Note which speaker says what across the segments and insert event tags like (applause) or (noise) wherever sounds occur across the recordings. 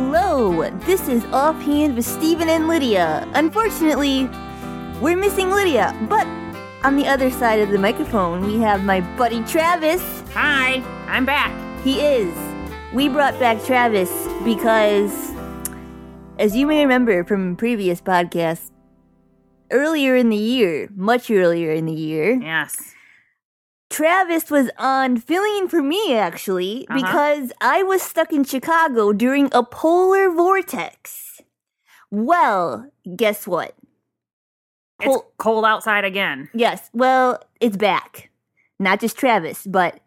Speaker 1: Hello, this is Offhand with Stephen and Lydia. Unfortunately, we're missing Lydia, but on the other side of the microphone, we have my buddy Travis.
Speaker 2: Hi, I'm back.
Speaker 1: He is. We brought back Travis because, as you may remember from previous podcasts, earlier in the year, much earlier in the year,
Speaker 2: Yes.
Speaker 1: Travis was on filling in for me actually
Speaker 2: Uh-huh.
Speaker 1: because I was stuck in Chicago during a polar vortex. Well, guess what?
Speaker 2: It's
Speaker 1: Cool.
Speaker 2: cold outside again.
Speaker 1: Yes, well, it's back. Not just Travis,
Speaker 2: (laughs)
Speaker 1: but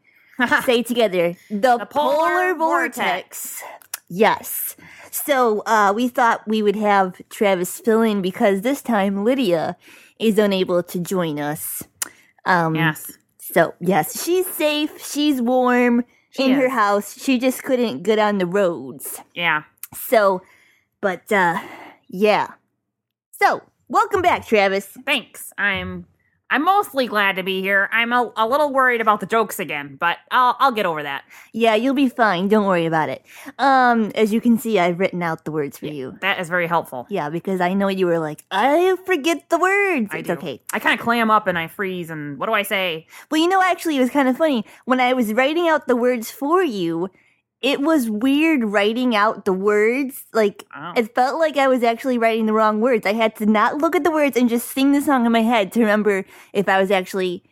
Speaker 1: say it together the,
Speaker 2: The
Speaker 1: polar,
Speaker 2: polar
Speaker 1: vortex. Yes. So uh, we thought we would have Travis fill in because this time Lydia is unable to join us. Um,
Speaker 2: yes.
Speaker 1: So yes, she's safe. She's warm
Speaker 2: She
Speaker 1: in her
Speaker 2: is.
Speaker 1: house. She just couldn't get on the roads.
Speaker 2: Yeah.
Speaker 1: So, but uh, yeah. So welcome back, Travis.
Speaker 2: Thanks. I'm I'm mostly glad to be here. I'm a, a little worried about the jokes again, but I'll I'll get over that.
Speaker 1: Yeah, you'll be fine. Don't worry about it. Um, as you can see, I've written out the words for you.
Speaker 2: That is very helpful.
Speaker 1: Yeah, because I know you were like, I forget the words.
Speaker 2: I
Speaker 1: it's
Speaker 2: do.
Speaker 1: okay.
Speaker 2: I kind of clam up and I freeze and what do I say?
Speaker 1: Well, you know, actually, it was kind of funny when I was writing out the words for you. It was weird writing out the words like
Speaker 2: Oh.
Speaker 1: It felt like I was actually writing the wrong words. I had to not look at the words and just sing the song in my head to remember if I was actually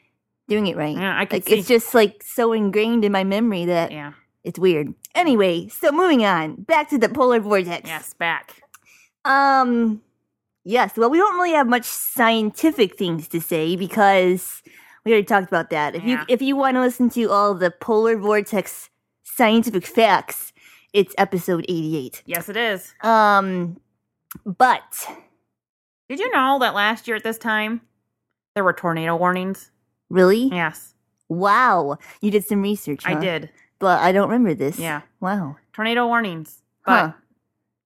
Speaker 1: doing it right.
Speaker 2: Yeah, I can
Speaker 1: like
Speaker 2: see.
Speaker 1: it's just like so ingrained in my memory that
Speaker 2: yeah.
Speaker 1: it's weird. Anyway, so moving on, back to the polar vortex.
Speaker 2: Yes, back.
Speaker 1: Um yes, well we don't really have much scientific things to say because we already talked about that. If you
Speaker 2: Yeah.
Speaker 1: if you want to listen to all the polar vortex scientific facts, it's episode 88.
Speaker 2: Yes, it is.
Speaker 1: Um but
Speaker 2: Did you know that last year at this time there were tornado warnings?
Speaker 1: Really?
Speaker 2: Yes,
Speaker 1: Wow. You did some research.
Speaker 2: I
Speaker 1: huh?
Speaker 2: did.
Speaker 1: But I don't remember this.
Speaker 2: Yeah.
Speaker 1: Wow.
Speaker 2: Tornado warnings. But
Speaker 1: Huh. Oh.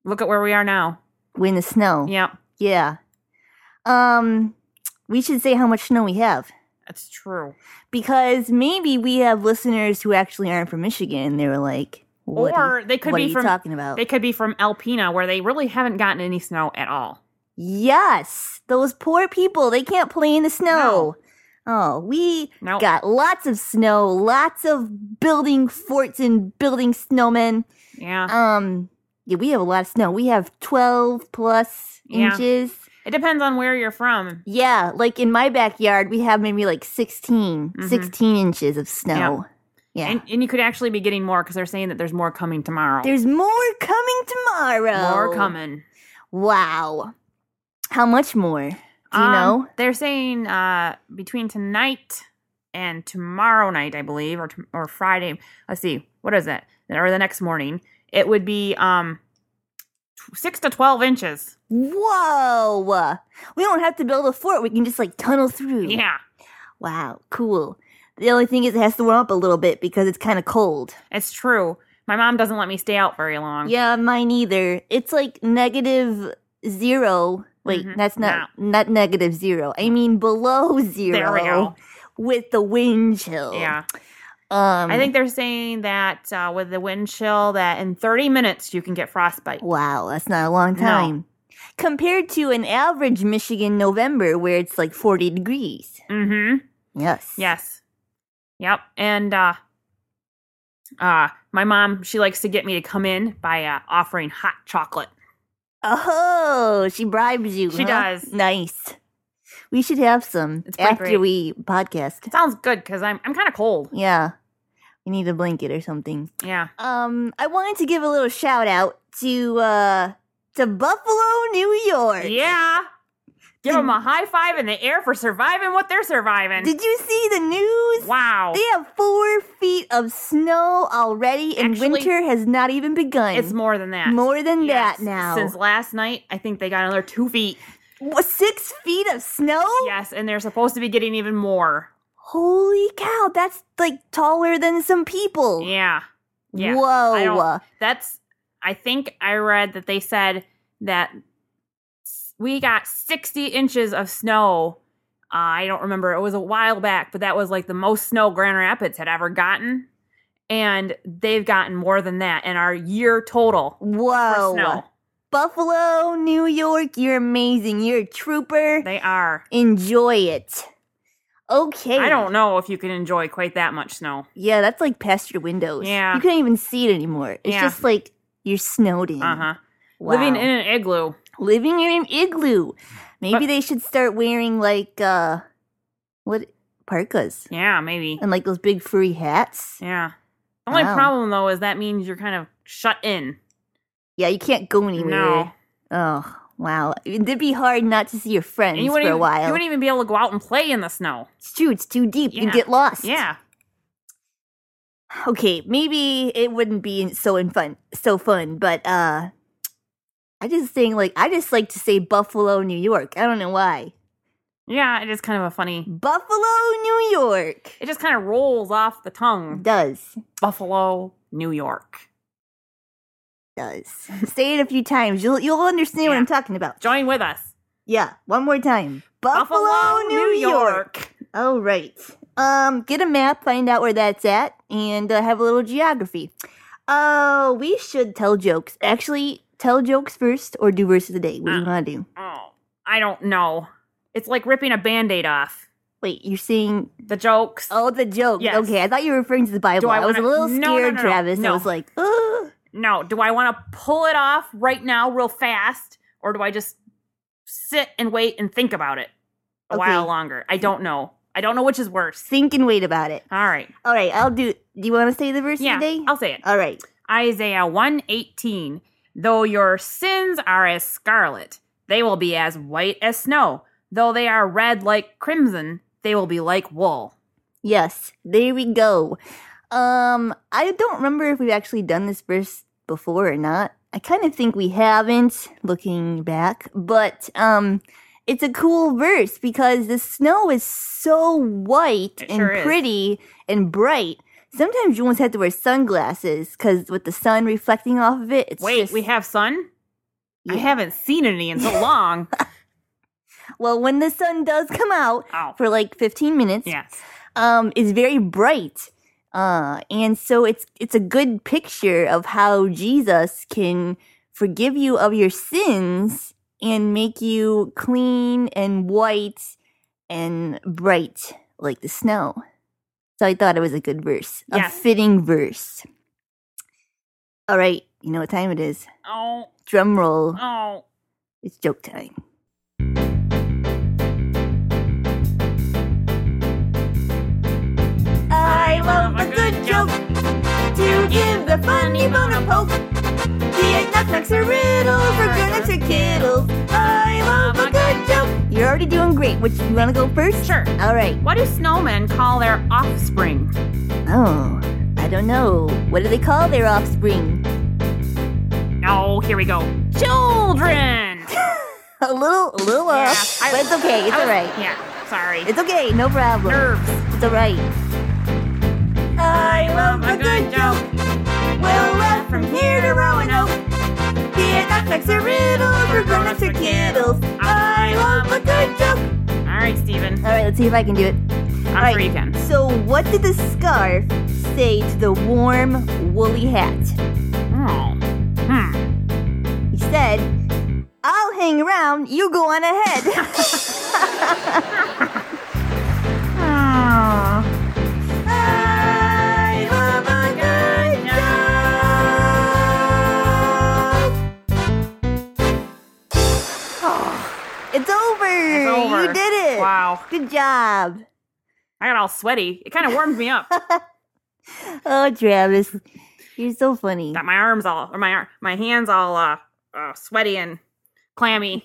Speaker 2: look at where we are now.
Speaker 1: We're in the snow.
Speaker 2: Yeah,
Speaker 1: Yeah. Um we should say how much snow we have.
Speaker 2: that's true.
Speaker 1: Because maybe we have listeners who actually aren't from Michigan. They were like, What, are,
Speaker 2: or they could
Speaker 1: what are
Speaker 2: be
Speaker 1: you
Speaker 2: from
Speaker 1: talking about?
Speaker 2: They could be from Alpena, where they really haven't gotten any snow at all.
Speaker 1: yes. Those poor people, they can't play in the snow. Oh, we
Speaker 2: No,
Speaker 1: got lots of snow, lots of building forts and building snowmen.
Speaker 2: yeah,
Speaker 1: Um, yeah, we have a lot of snow. We have 12 plus
Speaker 2: Yeah.
Speaker 1: inches.
Speaker 2: it depends on where you're from.
Speaker 1: Yeah, like in my backyard, we have maybe like 16,
Speaker 2: Mhm.
Speaker 1: 16 inches of snow. Yeah.
Speaker 2: And, and you could actually be getting more because they're saying that there's more coming tomorrow.
Speaker 1: There's more coming tomorrow.
Speaker 2: more coming.
Speaker 1: Wow. How much more? Do you
Speaker 2: Um,
Speaker 1: know?
Speaker 2: They're saying uh, between tonight and tomorrow night, I believe, or t- or Friday. Let's see, what is it? Or the next morning, it would be um tw- six to twelve inches.
Speaker 1: Whoa. We don't have to build a fort. We can just like tunnel through.
Speaker 2: Yeah,
Speaker 1: Wow. Cool. The only thing is, it has to warm up a little bit because it's kind of cold.
Speaker 2: it's true. My mom doesn't let me stay out very long.
Speaker 1: Yeah, mine either. It's like negative zero. Wait,
Speaker 2: Mhm.
Speaker 1: that's not not negative zero. I mean below zero.
Speaker 2: there we go.
Speaker 1: With the wind chill.
Speaker 2: Yeah.
Speaker 1: Um.
Speaker 2: I think they're saying that uh, with the wind chill, that in 30 minutes you can get frostbite.
Speaker 1: Wow, that's not a long
Speaker 2: No.
Speaker 1: time. Compared to an average Michigan November where it's like forty degrees.
Speaker 2: Mm-hmm.
Speaker 1: Yes.
Speaker 2: Yes. Yep. And uh, uh, my mom, she likes to get me to come in by uh, offering hot chocolate.
Speaker 1: Oh, she bribes you.
Speaker 2: She
Speaker 1: huh?
Speaker 2: does.
Speaker 1: Nice. We should have some
Speaker 2: It's pretty
Speaker 1: after
Speaker 2: great.
Speaker 1: we podcast.
Speaker 2: It sounds good because I'm I'm kind of cold.
Speaker 1: Yeah. We need a blanket or something.
Speaker 2: Yeah.
Speaker 1: Um, I wanted to give a little shout out to uh to Buffalo, New York.
Speaker 2: Yeah. Give them a high five in the air for surviving what they're surviving.
Speaker 1: Did you see the news?
Speaker 2: wow.
Speaker 1: They have four feet of snow already, and
Speaker 2: Actually,
Speaker 1: winter has not even begun.
Speaker 2: It's more than that.
Speaker 1: More than
Speaker 2: Yes.
Speaker 1: that now.
Speaker 2: Since last night, I think they got another two feet.
Speaker 1: What, six feet of snow?
Speaker 2: Yes, and they're supposed to be getting even more.
Speaker 1: Holy cow! That's like taller than some people.
Speaker 2: Yeah. yeah. I
Speaker 1: Whoa.
Speaker 2: don't- That's I think I read that they said that s- we got 60 inches of snow. Uh, I don't remember. It was a while back, but that was like the most snow Grand Rapids had ever gotten. And they've gotten more than that in our year total for
Speaker 1: Whoa.
Speaker 2: snow.
Speaker 1: Buffalo, New York, you're amazing. You're a trooper.
Speaker 2: They are.
Speaker 1: Enjoy it. Okay.
Speaker 2: I don't know if you can enjoy quite that much snow.
Speaker 1: Yeah, that's like past your windows.
Speaker 2: Yeah.
Speaker 1: You couldn't even see it anymore. It's
Speaker 2: Yeah.
Speaker 1: just like you're snowed in.
Speaker 2: Uh huh.
Speaker 1: Mm, Wow.
Speaker 2: Living in an igloo.
Speaker 1: living in an igloo. Maybe
Speaker 2: But-
Speaker 1: they should start wearing like uh what parkas
Speaker 2: Yeah, maybe.
Speaker 1: and like those big furry hats.
Speaker 2: Yeah. The only
Speaker 1: Oh. Wow.
Speaker 2: problem though is that means you're kind of shut in.
Speaker 1: Yeah, you can't go anywhere.
Speaker 2: No.
Speaker 1: Oh, wow. It'd be hard not to see your friends
Speaker 2: And you
Speaker 1: for
Speaker 2: wouldn't
Speaker 1: a
Speaker 2: even, you
Speaker 1: while.
Speaker 2: wouldn't even be able to go out and play in the snow.
Speaker 1: It's true, it's too deep. You
Speaker 2: Yeah.
Speaker 1: get lost.
Speaker 2: Yeah.
Speaker 1: Okay, maybe it wouldn't be so in fun so fun, but uh I just think like I just like to say Buffalo, New York. I don't know why.
Speaker 2: Yeah, it is kind of a
Speaker 1: Mm.
Speaker 2: funny.
Speaker 1: Buffalo, New York.
Speaker 2: It just kind of rolls off the
Speaker 1: Mm-hmm.
Speaker 2: tongue.
Speaker 1: Does.
Speaker 2: Buffalo, New York.
Speaker 1: does. Say it a few times. You'll you'll understand what
Speaker 2: Yeah.
Speaker 1: I'm talking about.
Speaker 2: Join with us.
Speaker 1: Yeah, one more time. Buffalo, New York. All right. Um, get a map, find out where that's at, and uh, have a little geography. Uh, we should tell jokes. Actually, tell jokes first, or do verse of the day. What do you
Speaker 2: Uh.
Speaker 1: want to do?
Speaker 2: Oh, I don't know. It's like ripping a band aid off.
Speaker 1: Wait, you're saying
Speaker 2: The jokes.
Speaker 1: oh the joke?
Speaker 2: Yes.
Speaker 1: Okay, I thought you were referring to the Bible.
Speaker 2: I
Speaker 1: I, was a
Speaker 2: wanna-
Speaker 1: little
Speaker 2: No,
Speaker 1: scared,
Speaker 2: no, no, no.
Speaker 1: Travis. I
Speaker 2: No.
Speaker 1: was like, Ugh.
Speaker 2: No, do I want to pull it off right now, real fast, or do I just sit and wait and think about it a
Speaker 1: Okay.
Speaker 2: while longer? I don't know. I don't know which is worse.
Speaker 1: think and wait about it.
Speaker 2: All right.
Speaker 1: All right, I'll do. Do you want to say the verse
Speaker 2: Yeah,
Speaker 1: of the day?
Speaker 2: I'll say it.
Speaker 1: All right.
Speaker 2: Isaiah 118. Though your sins are as scarlet, they will be as white as snow. Though they are red like crimson, they will be like wool.
Speaker 1: Yes, there we go. Um, I don't remember if we've actually done this verse before or not. I kind of think we haven't, looking back, but um, it's a cool verse because the snow is so white
Speaker 2: It
Speaker 1: and
Speaker 2: sure is.
Speaker 1: pretty and bright. Sometimes you almost have to wear sunglasses because with the sun reflecting off of it, it's
Speaker 2: Wait,
Speaker 1: just-
Speaker 2: we have sun? I
Speaker 1: Yeah.
Speaker 2: haven't seen any
Speaker 1: (laughs)
Speaker 2: in so long.
Speaker 1: well when the sun does come out (laughs)
Speaker 2: oh,
Speaker 1: for like fifteen minutes.
Speaker 2: yes.
Speaker 1: um, is very bright. Uh, and so it's it's a good picture of how Jesus can forgive you of your sins and make you clean and white and bright like the snow. So I thought it was a good verse, a
Speaker 2: Yes.
Speaker 1: fitting verse. All right, you know what time it is.
Speaker 2: Oh,
Speaker 1: Drum roll,
Speaker 2: oh.
Speaker 1: it's joke time. I love a good joke to give the funny bone a poke. The knock knocks a riddle for grown-ups or kiddles. I love a good joke. You're already doing great. Which you want to go first?
Speaker 2: Sure.
Speaker 1: All right.
Speaker 2: What do snowmen call their offspring?
Speaker 1: Oh, I don't know. What do they call their offspring?
Speaker 2: Oh, here we go. Children!
Speaker 1: (laughs) A little, a little
Speaker 2: Yeah,
Speaker 1: off,
Speaker 2: I-
Speaker 1: but it's okay. It's
Speaker 2: I
Speaker 1: all
Speaker 2: was-
Speaker 1: right.
Speaker 2: Yeah, sorry.
Speaker 1: It's okay. No problem.
Speaker 2: Nerves.
Speaker 1: It's all right. I love
Speaker 2: a good joke.
Speaker 1: We'll laugh from here to Roanoke. Be it knock-knocks or riddles for grown-ups or kiddles. I love a good joke.
Speaker 2: All right, Steven.
Speaker 1: All right, let's see if I can do it.
Speaker 2: I'm
Speaker 1: right.
Speaker 2: sure you can.
Speaker 1: So, what did the scarf say to the warm, woolly hat?
Speaker 2: Oh. Hmm.
Speaker 1: He said, "I'll hang around. You go on
Speaker 2: (laughs)
Speaker 1: ahead."
Speaker 2: Ah.
Speaker 1: I love a good joke. (laughs) It's over.
Speaker 2: It's over.
Speaker 1: You did it.
Speaker 2: Wow.
Speaker 1: Good job.
Speaker 2: I got all sweaty. It kind of warmed me up.
Speaker 1: (laughs) Oh, Travis, you're so funny.
Speaker 2: got my arms all, or my ar- my hands all uh, uh, sweaty and clammy.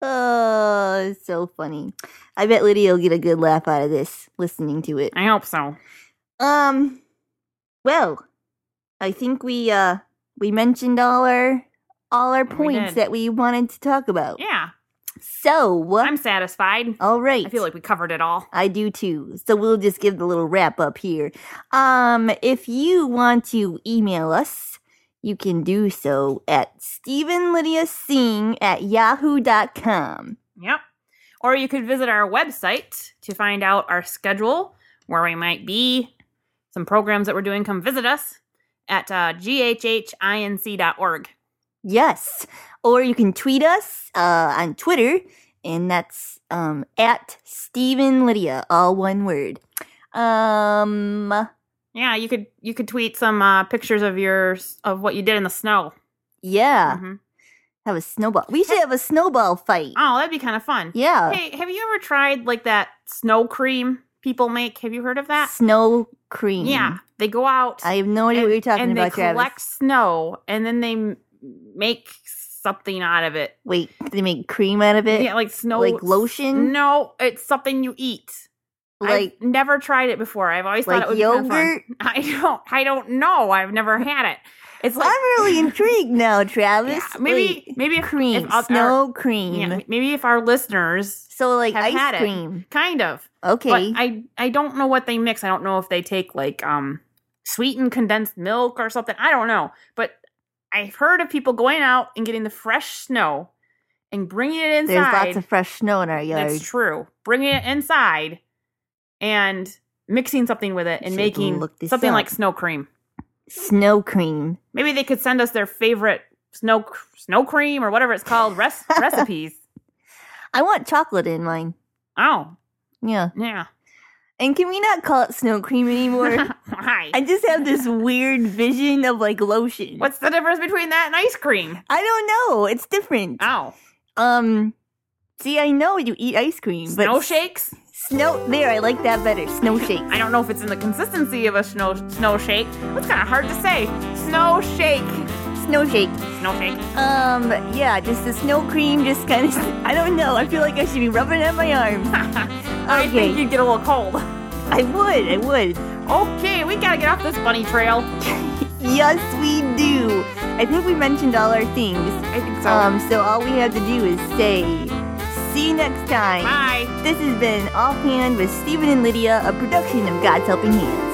Speaker 1: Oh, so funny. I bet Lydia will get a good laugh out of this listening to it.
Speaker 2: I hope so.
Speaker 1: Um, well, I think we uh we mentioned all our all our
Speaker 2: We
Speaker 1: points
Speaker 2: did.
Speaker 1: that we wanted to talk about.
Speaker 2: Yeah,
Speaker 1: So what?
Speaker 2: I'm satisfied.
Speaker 1: all right.
Speaker 2: I feel like we covered it all.
Speaker 1: I do too. So we'll just give the little wrap up here. Um, if you want to email us, you can do so at StephenLydiaSing at yahoo.com.
Speaker 2: Yep. Or you could visit our website to find out our schedule, where we might be, some programs that we're doing. Come visit us. at uh, ghhinc.org.
Speaker 1: Yes. Or you can tweet us uh, on Twitter, and that's um, at Stephen Lydia, all one word. Um,
Speaker 2: Yeah, you could you could tweet some uh, pictures of yours of what you did in the snow.
Speaker 1: yeah,
Speaker 2: Mhm.
Speaker 1: have a snowball. We should have a snowball fight.
Speaker 2: Oh, that'd be kind of fun.
Speaker 1: Yeah.
Speaker 2: Hey, have you ever tried like that snow cream people make? Have you heard of that?
Speaker 1: Snow cream.
Speaker 2: Yeah, they go out
Speaker 1: I have no idea what you're talking
Speaker 2: and
Speaker 1: about,
Speaker 2: they
Speaker 1: Travis.
Speaker 2: collect snow and then they m- make something out of it.
Speaker 1: Wait, they make cream out of it?
Speaker 2: yeah, like snow,
Speaker 1: like lotion?
Speaker 2: No, it's something you eat.
Speaker 1: like
Speaker 2: I've never tried it before. I've always thought it
Speaker 1: like
Speaker 2: was kinda fun.
Speaker 1: yogurt?
Speaker 2: (laughs) I don't. I don't know. I've never had it. It's like
Speaker 1: I'm
Speaker 2: (laughs)
Speaker 1: really intrigued now, Travis.
Speaker 2: Yeah, maybe
Speaker 1: Wait,
Speaker 2: maybe if,
Speaker 1: cream,
Speaker 2: if our-
Speaker 1: snow cream.
Speaker 2: yeah, maybe if our listeners
Speaker 1: so like
Speaker 2: have had
Speaker 1: ice
Speaker 2: it.
Speaker 1: cream.
Speaker 2: kind of
Speaker 1: Okay.
Speaker 2: But I I don't know what they mix. I don't know if they take like um sweetened condensed milk or something. I don't know. But I've heard of people going out and getting the fresh snow and bringing it inside.
Speaker 1: There's lots of fresh snow in our yard.
Speaker 2: That's true. Bringing it inside and mixing something with it and
Speaker 1: Should
Speaker 2: making
Speaker 1: look this
Speaker 2: something
Speaker 1: up.
Speaker 2: like snow cream.
Speaker 1: Snow cream.
Speaker 2: Maybe they could send us their favorite snow snow cream or whatever it's
Speaker 1: (laughs)
Speaker 2: called res- recipes.
Speaker 1: I want chocolate in mine.
Speaker 2: Oh,
Speaker 1: Yeah.
Speaker 2: yeah.
Speaker 1: And can we not call it snow cream anymore?
Speaker 2: (laughs) Why?
Speaker 1: I just have this weird vision of like lotion.
Speaker 2: What's the difference between that and ice cream?
Speaker 1: I don't know. It's different.
Speaker 2: Oh.
Speaker 1: Um See, I know you eat ice cream, but
Speaker 2: snow shakes.
Speaker 1: snow there, I like that better. Snow shake.
Speaker 2: I don't know if it's in the consistency of a snow snow shake. It's kind of hard to say. Snow shake,
Speaker 1: Snow shake.
Speaker 2: snow shake.
Speaker 1: Um, yeah, just the snow cream just kind of, (laughs) I don't know. I feel like I should be rubbing it on my arm.
Speaker 2: (laughs) I
Speaker 1: Okay.
Speaker 2: think you'd get a little cold.
Speaker 1: I would, I would.
Speaker 2: Okay, we gotta get off this bunny trail.
Speaker 1: Yes, we do. I think we mentioned all our things.
Speaker 2: I think so.
Speaker 1: Um, so all we have to do is say, see you next time.
Speaker 2: Bye.
Speaker 1: This has been Offhand with Stephen and Lydia, a production of God's Helping Hands.